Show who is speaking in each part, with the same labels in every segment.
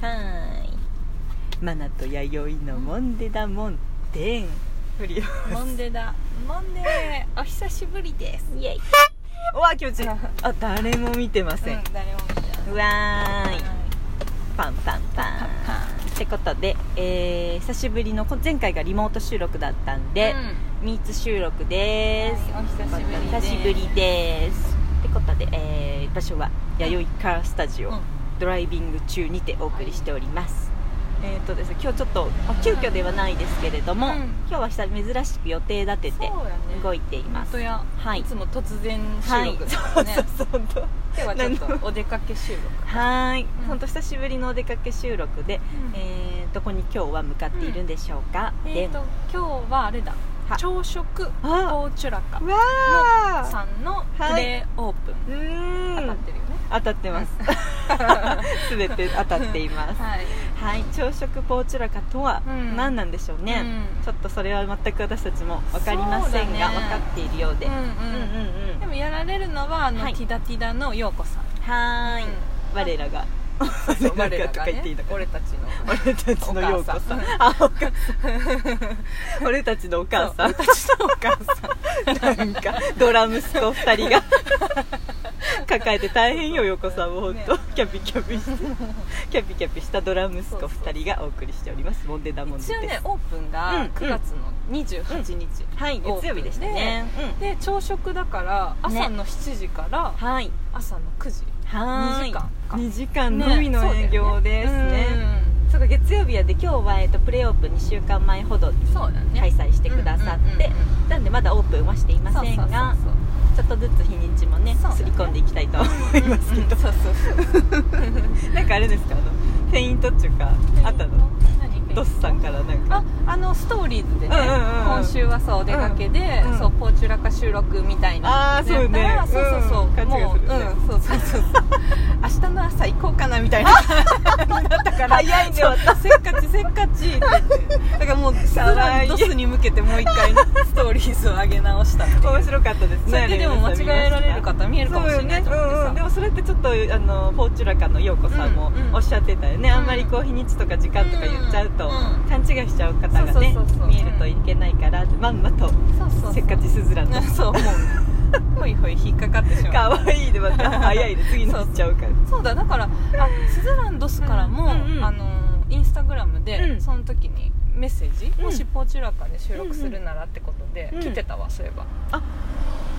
Speaker 1: ーい
Speaker 2: マナと弥生のモンデダモンデンフリー
Speaker 1: モンデだモンデーお久しぶりですイエイ、
Speaker 2: うわ気持ちいいあ誰も見てません、
Speaker 1: うん、誰も見てないう
Speaker 2: わーい
Speaker 1: は
Speaker 2: パンパンパン
Speaker 1: パンパン
Speaker 2: ってことで、えー久しぶりのこ前回がリモート収録だったんで、ミーツ収録です、
Speaker 1: はいお久しぶりです
Speaker 2: また久しぶりですってことで、えー場所は弥生カースタジ
Speaker 1: う
Speaker 2: オ、
Speaker 1: ん、うん
Speaker 2: ドライビング中にてお送りしております、えっ、とですね今日ちょっとまあ急遽ではないですけれども、
Speaker 1: うん
Speaker 2: 今日は久々珍しく予定立て
Speaker 1: そう
Speaker 2: て
Speaker 1: やね
Speaker 2: 動いていま
Speaker 1: 本
Speaker 2: す、
Speaker 1: 当や、
Speaker 2: はい
Speaker 1: いつも突然
Speaker 2: は
Speaker 1: 収
Speaker 2: い、
Speaker 1: 録だか
Speaker 2: そ
Speaker 1: ら
Speaker 2: う
Speaker 1: ね、
Speaker 2: そうそう
Speaker 1: 今日はちょ
Speaker 2: な
Speaker 1: っ
Speaker 2: ん
Speaker 1: とお出かけ収録、
Speaker 2: はーい、
Speaker 1: うん
Speaker 2: ほんと久しぶりのお出かけ収録で、
Speaker 1: え
Speaker 2: えーどこに今日は向かっているんでしょうか、
Speaker 1: ー
Speaker 2: で
Speaker 1: えーと今日はあれだ
Speaker 2: は
Speaker 1: 朝食
Speaker 2: あ
Speaker 1: ポーチュラカ
Speaker 2: うわー
Speaker 1: さんのプ
Speaker 2: はい
Speaker 1: レーオープン、
Speaker 2: う
Speaker 1: 当た
Speaker 2: ー
Speaker 1: っ
Speaker 2: ん
Speaker 1: てるよね
Speaker 2: 当たって ます すべて当たっています
Speaker 1: はい、
Speaker 2: はい朝食ポーチュラカとは
Speaker 1: うん
Speaker 2: 何なんでしょうね、
Speaker 1: うん
Speaker 2: ちょっとそれは全く私たちも分かりませんが、
Speaker 1: そうだね
Speaker 2: 分かっているようで、
Speaker 1: うんうん
Speaker 2: うん、うんうん
Speaker 1: でもやられるのはあの、
Speaker 2: はい
Speaker 1: ティダティダの陽子さん
Speaker 2: はーい、
Speaker 1: うん
Speaker 2: 我らが
Speaker 1: そう
Speaker 2: 我
Speaker 1: 我
Speaker 2: ら
Speaker 1: ら
Speaker 2: がと
Speaker 1: が
Speaker 2: か言っていいの
Speaker 1: ね
Speaker 2: かな
Speaker 1: 俺たち の
Speaker 2: 俺たちのようこさん
Speaker 1: お母
Speaker 2: あお母さん俺たちのお母さん
Speaker 1: そう俺たちのお母
Speaker 2: なんかドラ息子2人が抱えて大変よ横さんも本当、
Speaker 1: ね
Speaker 2: キャピキャピしてキャピキャピしたドラ息子2人がお送りしておりますモンデダモンデ
Speaker 1: 一応
Speaker 2: で
Speaker 1: ね
Speaker 2: す
Speaker 1: オープン
Speaker 2: うんう
Speaker 1: が
Speaker 2: ん
Speaker 1: 9月の28日、
Speaker 2: はい月曜日でしたねうん
Speaker 1: で朝食だから朝の7時から
Speaker 2: はい
Speaker 1: 朝の9時
Speaker 2: はーい
Speaker 1: 2時間か
Speaker 2: 2時間のみの営業ですねそうか月曜日やで今日は、えっと、プレオープン2週間前ほど
Speaker 1: そうだよね
Speaker 2: 開
Speaker 1: し
Speaker 2: 催してくださって、なんでまだオープンはしていませんがちょっとずつ日にちもね
Speaker 1: そうだね
Speaker 2: すり込んでいきたいと思いますけど、
Speaker 1: そうそうそう
Speaker 2: なんかあれですかあのフェイントっていうか あったの
Speaker 1: 何
Speaker 2: ドスさんからなんか
Speaker 1: ああのストーリーズでね、
Speaker 2: うんうんうん
Speaker 1: 今週はそうお出かけで、
Speaker 2: うんうん
Speaker 1: そうポーチュラカ収録みたいな
Speaker 2: あーそうね
Speaker 1: やったらそうそうそう、
Speaker 2: うん
Speaker 1: も
Speaker 2: 勘違い
Speaker 1: う、
Speaker 2: するよね
Speaker 1: うんそうそうそうそう明日の朝行こうかなみたいな感じだったから
Speaker 2: 早いね
Speaker 1: そうせっかちせっかちって言ってだからもうさら
Speaker 2: らい
Speaker 1: にドスに向けてもう一回ストーリーズを上げ直したっていう
Speaker 2: 面白かったです
Speaker 1: そ
Speaker 2: ね
Speaker 1: れででも間違えられる方見えるかもしれないと
Speaker 2: そう
Speaker 1: 思っ
Speaker 2: よね、う
Speaker 1: て
Speaker 2: んうん、で
Speaker 1: さ
Speaker 2: もそれってちょっとあのポーチュラカの陽子さんも
Speaker 1: うんうん
Speaker 2: おっしゃってたよね、
Speaker 1: うん
Speaker 2: あんまりこう日にちとか時間とか言っちゃうと、
Speaker 1: うん
Speaker 2: 勘違いしちゃう方がね
Speaker 1: そうそうそうそう
Speaker 2: 見えるといけないからまんまと
Speaker 1: そうそうそう
Speaker 2: せっかちすずらの
Speaker 1: ねそうもうほいほい引っかかってしまう
Speaker 2: かわいいでま た早いで次の行っちゃうから
Speaker 1: そうだだからあスズランドスからも、
Speaker 2: うんうんうん
Speaker 1: あのインスタグラムで、
Speaker 2: うん
Speaker 1: その時にメッセージ、
Speaker 2: うん
Speaker 1: もしポーチュラカで収録するならってことで、
Speaker 2: うんうん
Speaker 1: 来てたわそういえば、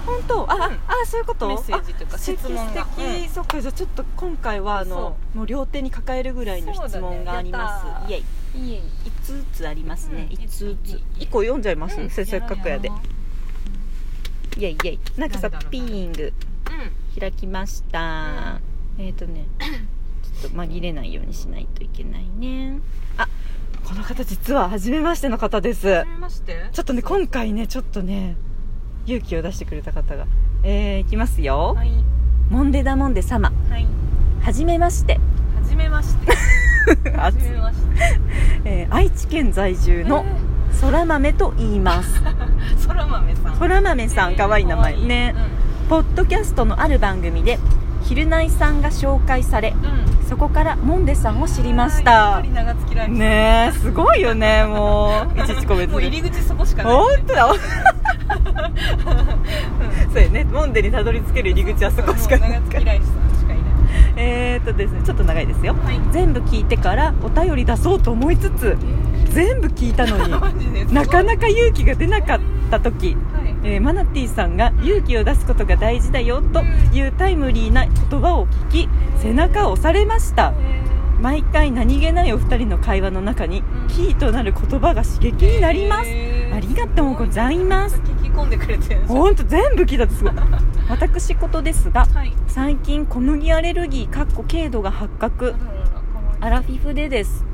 Speaker 2: 本当あ、
Speaker 1: うん
Speaker 2: あそういうこと
Speaker 1: メッセージというか
Speaker 2: あ素敵
Speaker 1: 質問が
Speaker 2: 素敵、
Speaker 1: うん
Speaker 2: そっかじゃあちょっと今回はあのもう両手に抱えるぐらいの質問があります、
Speaker 1: そうだ
Speaker 2: イ
Speaker 1: ね
Speaker 2: エイ
Speaker 1: いえ
Speaker 2: 5つありますね、
Speaker 1: うん
Speaker 2: 5つ
Speaker 1: うん
Speaker 2: 1個読んじゃいます、せせっかくやでイエイイエイなんかさ
Speaker 1: なんだろう
Speaker 2: ピーイング開きました、えっ、ー、と ねちょっと紛れないようにしないといけないねあこの方実は初めましての方です
Speaker 1: はじめまして
Speaker 2: ちょっとね
Speaker 1: そう
Speaker 2: 今回ねちょっとね勇気を出してくれた方がえー、いきますよ、
Speaker 1: はい
Speaker 2: モンデダモンデ様
Speaker 1: はい
Speaker 2: はじめまして、
Speaker 1: はじめましてはじめまして
Speaker 2: えー愛知県在住のそら豆と言い ます
Speaker 1: えーそら豆さん
Speaker 2: そら豆さんかわいい名前
Speaker 1: えー
Speaker 2: ねポッドキャストのある番組で昼内さんが紹介され
Speaker 1: うんうん
Speaker 2: そこからモンデさんを知りまし
Speaker 1: やったぱり長月ライブ
Speaker 2: ねえすごいよねもういちいちコメン
Speaker 1: も
Speaker 2: ト
Speaker 1: う
Speaker 2: で
Speaker 1: 入り口そこしかない、
Speaker 2: 本当だそうやねモンデにたどり着ける入り口はそこしかない
Speaker 1: もう長月ライブさんしかいない
Speaker 2: えーっとですねちょっと長いですよ
Speaker 1: はい
Speaker 2: 全部聞いてからお便り出そうと思いつつ全部聞いた のに
Speaker 1: マジですごい
Speaker 2: なかなか勇気が出なかった時、
Speaker 1: はい
Speaker 2: えーマナティーさんが勇気を出すことが大事だよというタイムリーな言葉を聞き背中を押されました毎回何気ないお二人の会話の中にキーとなる言葉が刺激になります
Speaker 1: えー
Speaker 2: ありがとうございます
Speaker 1: 聞き込んでくれてるんですよ
Speaker 2: ほんと全部聞いたって すごい私事ですが
Speaker 1: はい
Speaker 2: 最近小麦アレルギーかっこ軽度が発覚
Speaker 1: あらららかわいい
Speaker 2: アラフィフでです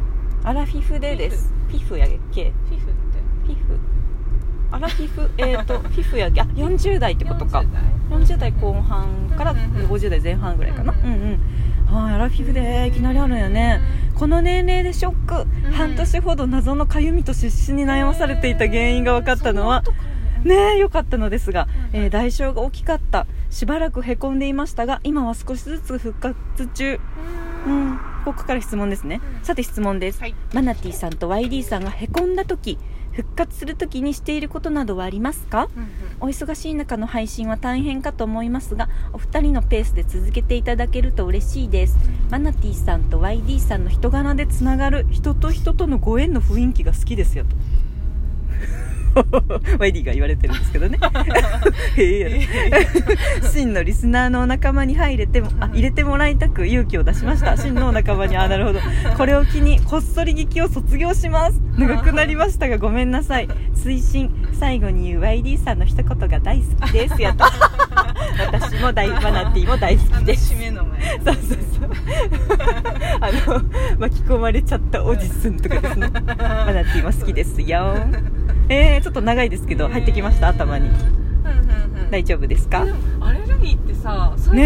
Speaker 2: アラフィフでですフィフやっけ
Speaker 1: フィフって
Speaker 2: フィフアラフィ フえっとフィフやあ40代ってことか40
Speaker 1: 40代
Speaker 2: 代後半から
Speaker 1: うんうんうん
Speaker 2: 50代前半ぐらいかなう
Speaker 1: うんん
Speaker 2: うんはいアラフィフでいきなりあるんやねこの年齢でショック
Speaker 1: ん
Speaker 2: 半年ほど謎のかゆみと湿疹に悩まされていた原因が分かったのは
Speaker 1: そんなことからね
Speaker 2: ねえ良かったのですが、
Speaker 1: うんうん
Speaker 2: えー代償が大きかったしばらくへこんでいましたが今は少しずつ復活中
Speaker 1: う
Speaker 2: うんここから質問ですね、
Speaker 1: うん
Speaker 2: さて質問です、
Speaker 1: はい
Speaker 2: マナティさんと YD さんがへこんだ時復活する時にしていることなどはありますか
Speaker 1: うんうん
Speaker 2: お忙しい中の配信は大変かと思いますがお二人のペースで続けていただけると嬉しいですマナティさんと YD さんの人柄でつながる人と人とのご縁の雰囲気が好きですよと YD が言われてるんですけどねへえやろ真のリスナーのお仲間に入れてもあ入れてもらいたく勇気を出しました真のお仲間にあなるほどこれを機にこっそり劇を卒業します長くなりましたがごめんなさい推進最後に言う YD さんの一言が大好きですやと私も大マナティも大好
Speaker 1: あ
Speaker 2: き
Speaker 1: の
Speaker 2: です
Speaker 1: 締めの前
Speaker 2: そうそうそうあの巻き込まれちゃったおじすんとかですねマナティも好きです よえー、ちょっと長いですけど入ってきました頭に
Speaker 1: うんうんうん
Speaker 2: 大丈夫ですか
Speaker 1: でもアレルギーってさ
Speaker 2: ね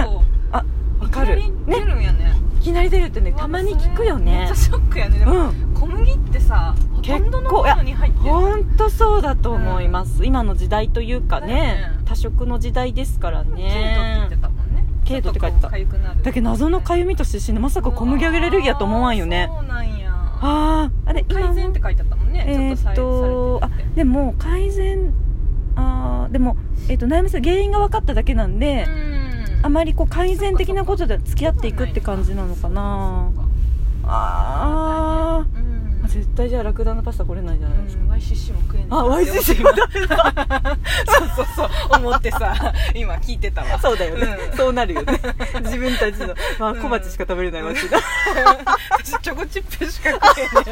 Speaker 2: え
Speaker 1: そういう
Speaker 2: あわ
Speaker 1: とこ
Speaker 2: かる
Speaker 1: いきなり出るんやね
Speaker 2: いきなり出るってね
Speaker 1: うわ
Speaker 2: たまに聞くよ
Speaker 1: めっ
Speaker 2: ね
Speaker 1: ちゃショックやねで
Speaker 2: う
Speaker 1: も
Speaker 2: ん
Speaker 1: 小麦ってさほとんどの
Speaker 2: 結構
Speaker 1: ものに入ってる
Speaker 2: ほんとそうだと思います、今の時代というかね
Speaker 1: だよね
Speaker 2: 多色の時代ですから
Speaker 1: ね
Speaker 2: ね
Speaker 1: 軽度って言ってたもんね
Speaker 2: 軽度って書いてた
Speaker 1: ちょとこう痒くなる
Speaker 2: だけど謎のかゆみと湿疹でまさか小麦アレルギーやと思わんよね
Speaker 1: うわーそうなんや
Speaker 2: あーあれ今
Speaker 1: 改善って書いてあったもんね、
Speaker 2: え
Speaker 1: ち
Speaker 2: ー
Speaker 1: ょ
Speaker 2: っと
Speaker 1: っと
Speaker 2: あ
Speaker 1: 採れてるって
Speaker 2: でも改善あーでも、えー、と悩みす原因が分かっただけなんで、
Speaker 1: うん
Speaker 2: あまりこう改善的なことで付き合っていくって感じなのかな
Speaker 1: そうか
Speaker 2: あ
Speaker 1: そうかうん
Speaker 2: ー絶対じゃあラクダのパスタこれないじゃ
Speaker 1: う
Speaker 2: ないですか、
Speaker 1: ん YCC も食えない
Speaker 2: あ YCC も
Speaker 1: ダメだそうそうそう思ってさ今聞いてたわ
Speaker 2: そうだよね、
Speaker 1: うん
Speaker 2: そうなるよ ね自分たちの、まあ、
Speaker 1: うん
Speaker 2: 小鉢しか食べれないわけだ、
Speaker 1: 私チョコチップしか食えない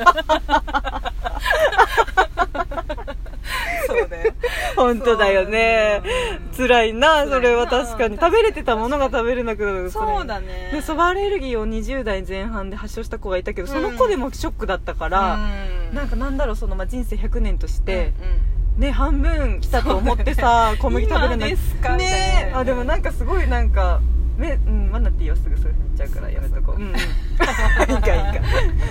Speaker 1: そうだよ
Speaker 2: 本当だよね
Speaker 1: そう
Speaker 2: 辛いな
Speaker 1: 辛いな
Speaker 2: それは確かに食べれてたものが食べれなくなる
Speaker 1: そうだ
Speaker 2: ね
Speaker 1: ね
Speaker 2: でそばアレルギーを20代前半で発症した子がいたけどその子でもショックだったから、
Speaker 1: うん
Speaker 2: なんかなんだろうその、まあ、人生100年として、
Speaker 1: うんうん
Speaker 2: ね半分来たと思ってさ小麦食べれない
Speaker 1: 今ですかみたい
Speaker 2: ね
Speaker 1: な
Speaker 2: あでもなんかすごいなんかめうんマナティーはすぐそういうふうに言っちゃうからやめとこう
Speaker 1: そううん
Speaker 2: うんいいかい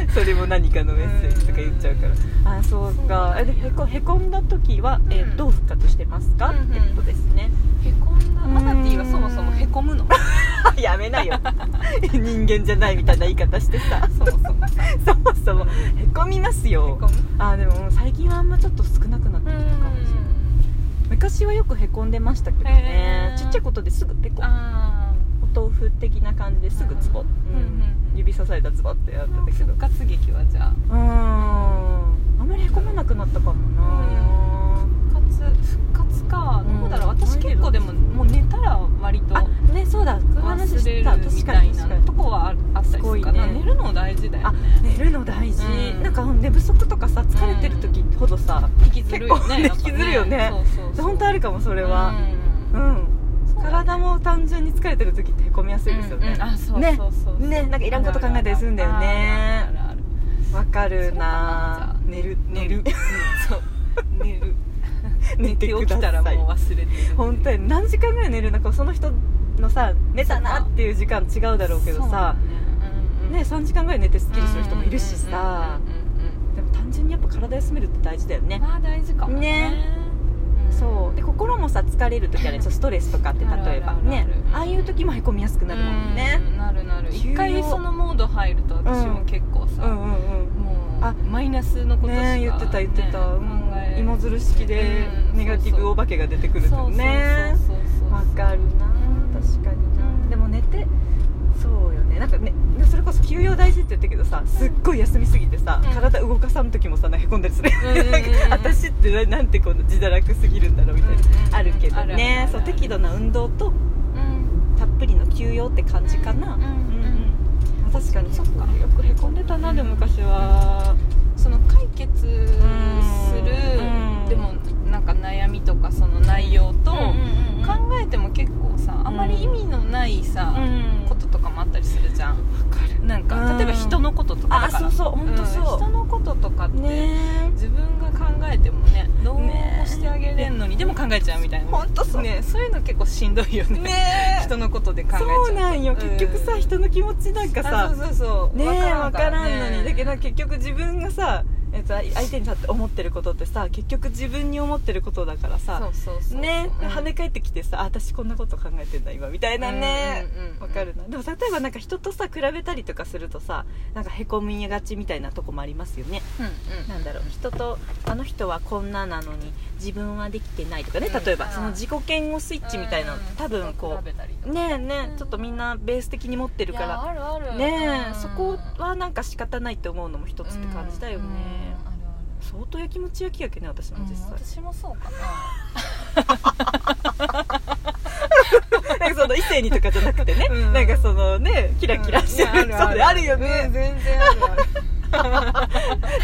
Speaker 2: いかそれも何かのメッセージとか言っちゃうからあそう
Speaker 1: そう
Speaker 2: か
Speaker 1: なんや
Speaker 2: えでへこへこんだ時は、え
Speaker 1: うん
Speaker 2: どう復活してますか、
Speaker 1: うんうん
Speaker 2: ってことですね
Speaker 1: へこんだマナティーはそもそもへこむの
Speaker 2: やめなよ 人間じゃないみたいな言い方してさ
Speaker 1: そもそもへ
Speaker 2: そもそもへこみますよ
Speaker 1: こむ
Speaker 2: あでももう最近はあんまちょっと少なくなってきたかもしれない昔はよくへこんでましたけどね
Speaker 1: へー
Speaker 2: ちっちゃいことですぐペコ
Speaker 1: あ
Speaker 2: お豆腐的な感じですぐツボ、
Speaker 1: う
Speaker 2: うんん
Speaker 1: うん
Speaker 2: 指さされたツボってやってた
Speaker 1: あ
Speaker 2: けど
Speaker 1: 復活劇はじゃあ
Speaker 2: うーんあんまりへこまなくなったかもな、
Speaker 1: 復活復活か
Speaker 2: うん
Speaker 1: どうだろう私結構でももう寝たら割と
Speaker 2: あねそうだこの話
Speaker 1: 忘
Speaker 2: し
Speaker 1: れ
Speaker 2: た
Speaker 1: るみ
Speaker 2: 確
Speaker 1: た
Speaker 2: か
Speaker 1: い
Speaker 2: に確か
Speaker 1: な
Speaker 2: に
Speaker 1: とこはああったりするか
Speaker 2: すご
Speaker 1: ない
Speaker 2: ね
Speaker 1: 寝るの大事だよ
Speaker 2: あ
Speaker 1: ね
Speaker 2: 寝るの大事、
Speaker 1: うん
Speaker 2: なんかうん寝不足とかさ疲れてる時ほどさ、
Speaker 1: 引きずるよ
Speaker 2: 結
Speaker 1: ね
Speaker 2: 構ね引きずるよね
Speaker 1: やっぱそうそうそう
Speaker 2: 本当あるかもそれは
Speaker 1: うん
Speaker 2: うん、
Speaker 1: そうだね
Speaker 2: 体も単純に疲れてる時ってへこみやすいですよ
Speaker 1: うんうん
Speaker 2: ね
Speaker 1: あそう
Speaker 2: ね
Speaker 1: そうそうそう
Speaker 2: ねなんかいらんこと考えたりするんだよね
Speaker 1: あるあるあるあるある
Speaker 2: わ、かる
Speaker 1: そうかな
Speaker 2: な
Speaker 1: じゃあ
Speaker 2: 寝る
Speaker 1: 寝る、そう寝る
Speaker 2: 寝
Speaker 1: 寝
Speaker 2: て
Speaker 1: て
Speaker 2: く
Speaker 1: 起
Speaker 2: だ
Speaker 1: き
Speaker 2: さ
Speaker 1: た
Speaker 2: い
Speaker 1: らもう忘れてる
Speaker 2: 本当に何時間ぐらい寝るのかその人のさ寝たなっていう時間違うだろうけどさ
Speaker 1: そうだ
Speaker 2: ね、3時間ぐらい寝てすっきりする人もいるしさ
Speaker 1: うんうんうんうん
Speaker 2: でも単純にやっぱ体休めるって大事だよね
Speaker 1: まあ大事かもね
Speaker 2: ね
Speaker 1: うん
Speaker 2: そうで心もさ疲れる時はねちょっとストレスとかって
Speaker 1: あるある
Speaker 2: 例えば
Speaker 1: ある
Speaker 2: ね
Speaker 1: うん
Speaker 2: ああいう時もへこみやすくなるもんね
Speaker 1: うんなるなる
Speaker 2: 急
Speaker 1: 一
Speaker 2: 用
Speaker 1: 回そのモード入ると私も結構
Speaker 2: う
Speaker 1: さ、
Speaker 2: んうん
Speaker 1: もう
Speaker 2: あ
Speaker 1: マイナスのこ
Speaker 2: うん
Speaker 1: としか、
Speaker 2: ね言ってた言ってた
Speaker 1: ね
Speaker 2: うん
Speaker 1: 考え
Speaker 2: 芋づる式で
Speaker 1: うん
Speaker 2: ネガティブお化けが出てくる
Speaker 1: そ
Speaker 2: と
Speaker 1: う
Speaker 2: ね
Speaker 1: そうそうそう
Speaker 2: わかるな確かに
Speaker 1: うん
Speaker 2: なでも寝てそうよねなんかねそれこそ休養大事って言ったけどさすっごい休みすぎてさ、
Speaker 1: うん
Speaker 2: 体動かさん時もさなんかへこんだりする、
Speaker 1: うんうんうん
Speaker 2: なんか 私ってななんてこんな自堕落すぎるんだろうみたいな、
Speaker 1: うんうん
Speaker 2: あるけど
Speaker 1: あるあるあ
Speaker 2: ね
Speaker 1: る
Speaker 2: そう適度な運動と
Speaker 1: うん
Speaker 2: たっぷりの休養って感じかな、
Speaker 1: うんうん
Speaker 2: うんうん確かに
Speaker 1: そっか
Speaker 2: よくへこんでたなでも昔は
Speaker 1: その解決する、
Speaker 2: うん
Speaker 1: でもなんか悩みとかその内容
Speaker 2: 考
Speaker 1: と、考えても結構さあまり意味のないさ、
Speaker 2: え、うん
Speaker 1: こととかもあったりするじゃん
Speaker 2: かる
Speaker 1: なんか、
Speaker 2: うん
Speaker 1: 例えば人ののこととかだ
Speaker 2: あ
Speaker 1: から
Speaker 2: そうそう本当
Speaker 1: ん人
Speaker 2: そ
Speaker 1: のこととかっ
Speaker 2: う、
Speaker 1: て、
Speaker 2: ね
Speaker 1: 自分が考えてもねどう
Speaker 2: ね
Speaker 1: もしてあげれんのに、でも考えちゃうみたいな
Speaker 2: ほんとそう
Speaker 1: ねそういうの結構しんどいよね
Speaker 2: ね
Speaker 1: 人のことで考えちゃうと
Speaker 2: そうなんよ結局さ、
Speaker 1: うん
Speaker 2: 人の気持ちなんかさ
Speaker 1: あそうそうそう
Speaker 2: ねえ
Speaker 1: わ
Speaker 2: 分からんのに、
Speaker 1: ね
Speaker 2: だけど結局自分がさ、えっと、相手にさって思ってることってさ結局自分に思ってることだから
Speaker 1: そ
Speaker 2: さ
Speaker 1: うそうそう
Speaker 2: ね
Speaker 1: うん
Speaker 2: 跳ね返ってきてさあ私こんなこと考えてんだ今みたいなね
Speaker 1: うんうんうんうん
Speaker 2: わかるなでも例えばなんか人とさ比べたりとかするとさなんかへこみがちみたいなとこもありますよね
Speaker 1: うんうん
Speaker 2: なんだろう人とあの人はこんななのに自分はできてないとかね
Speaker 1: うん
Speaker 2: 例えば
Speaker 1: あー
Speaker 2: その自己嫌悪スイッチみたいなのって多分こ
Speaker 1: 比べたりと
Speaker 2: う
Speaker 1: か
Speaker 2: ねえね
Speaker 1: う
Speaker 2: え
Speaker 1: ん
Speaker 2: ちょっとみんなベース的に持ってるか
Speaker 1: いや
Speaker 2: ら
Speaker 1: あるある
Speaker 2: ね
Speaker 1: うん
Speaker 2: えそこはなんか仕方ないって思うのも一つって感じだよね
Speaker 1: うんある
Speaker 2: 相当やきもち焼きやけね私
Speaker 1: あ
Speaker 2: も
Speaker 1: る
Speaker 2: 実
Speaker 1: うん
Speaker 2: 際
Speaker 1: 私もそうかな
Speaker 2: なん かその異性にとかじゃなくてね
Speaker 1: うん
Speaker 2: なんかそのねキラキラして
Speaker 1: うん
Speaker 2: る
Speaker 1: いや
Speaker 2: そうねあるよね
Speaker 1: 全然あるある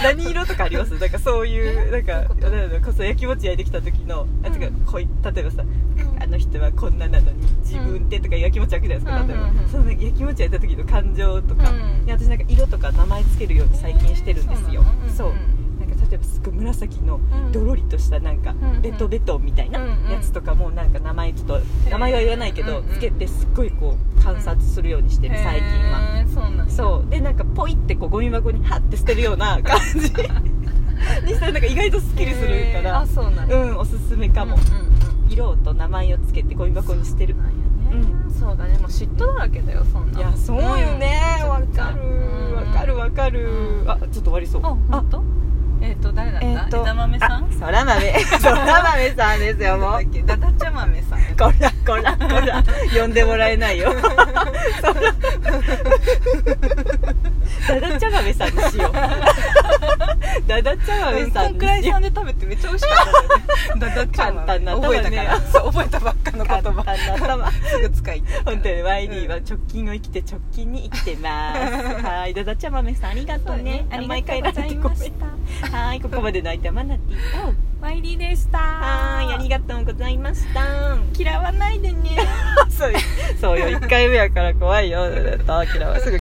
Speaker 2: 何色とかありますなんかそういうなん
Speaker 1: どういう
Speaker 2: か
Speaker 1: こと
Speaker 2: なんだろうこそやきもち焼いてきた時のあてか
Speaker 1: うん
Speaker 2: こうい例えばさ
Speaker 1: うん
Speaker 2: あの人はこんななのに自分でとかやきもち焼くじゃないですか、
Speaker 1: うんうん
Speaker 2: 例
Speaker 1: うん
Speaker 2: えばそのやきもち焼いた時の感情とか、
Speaker 1: うん
Speaker 2: で私なんか色とか名前つけるように最近してるんですよ、
Speaker 1: えー
Speaker 2: そう
Speaker 1: なの
Speaker 2: なんか例えばすごい紫の
Speaker 1: うん
Speaker 2: どろりとしたなんか
Speaker 1: んうん
Speaker 2: ベトベトみたいな
Speaker 1: うんうん
Speaker 2: やつとかもなんか名前ちょっと
Speaker 1: ー
Speaker 2: 名前は言わないけど
Speaker 1: うんうん
Speaker 2: つけてすっごいこう観察するようにしてる最近は
Speaker 1: へーそうなんだ
Speaker 2: そうでなんかポイってこうゴミ箱にハッて捨てるような感 じにしたらなんか意外とすっきりするか
Speaker 1: へー
Speaker 2: ら
Speaker 1: あそうなんだ
Speaker 2: うんおすすめかも、
Speaker 1: うんうんうん
Speaker 2: 色と名前をつけてゴミ箱にしてる
Speaker 1: なんやね、そうだねもう嫉妬だらけだよそんない
Speaker 2: いやそうよねわ、か
Speaker 1: うん
Speaker 2: るわかるわかる、
Speaker 1: うん
Speaker 2: あちょっと終わりそう
Speaker 1: あ本当えっ、と誰だった、
Speaker 2: えーと
Speaker 1: 枝豆さん
Speaker 2: そら豆 そら豆さんですよもう
Speaker 1: なんだっけだだちゃ豆さん
Speaker 2: こらこらこら呼んでもらえない よそらダダちゃ豆さんに しようダダちゃ豆さん
Speaker 1: こん
Speaker 2: に
Speaker 1: くらい
Speaker 2: しよ
Speaker 1: さんで食べてめっちゃ美味しかったんだよねだだちゃ豆
Speaker 2: 簡単な頭
Speaker 1: 覚えた
Speaker 2: ね
Speaker 1: からそう覚えたばっかの
Speaker 2: う
Speaker 1: 言葉
Speaker 2: 簡単な頭
Speaker 1: すぐ使い
Speaker 2: 本当に YD
Speaker 1: うん
Speaker 2: は直近を生きて直近に生きてます。はい、ダダちゃ豆さんありがとうね。
Speaker 1: そうだね
Speaker 2: 毎回ラジオでごめん
Speaker 1: ありがとうございま
Speaker 2: はい、ここまでの相手はマナティと。
Speaker 1: マイリーでした
Speaker 2: はい、ありがとうございました。
Speaker 1: 嫌わないでね
Speaker 2: そうよ、そうよ、1回目やから怖いよ。嫌わすぐ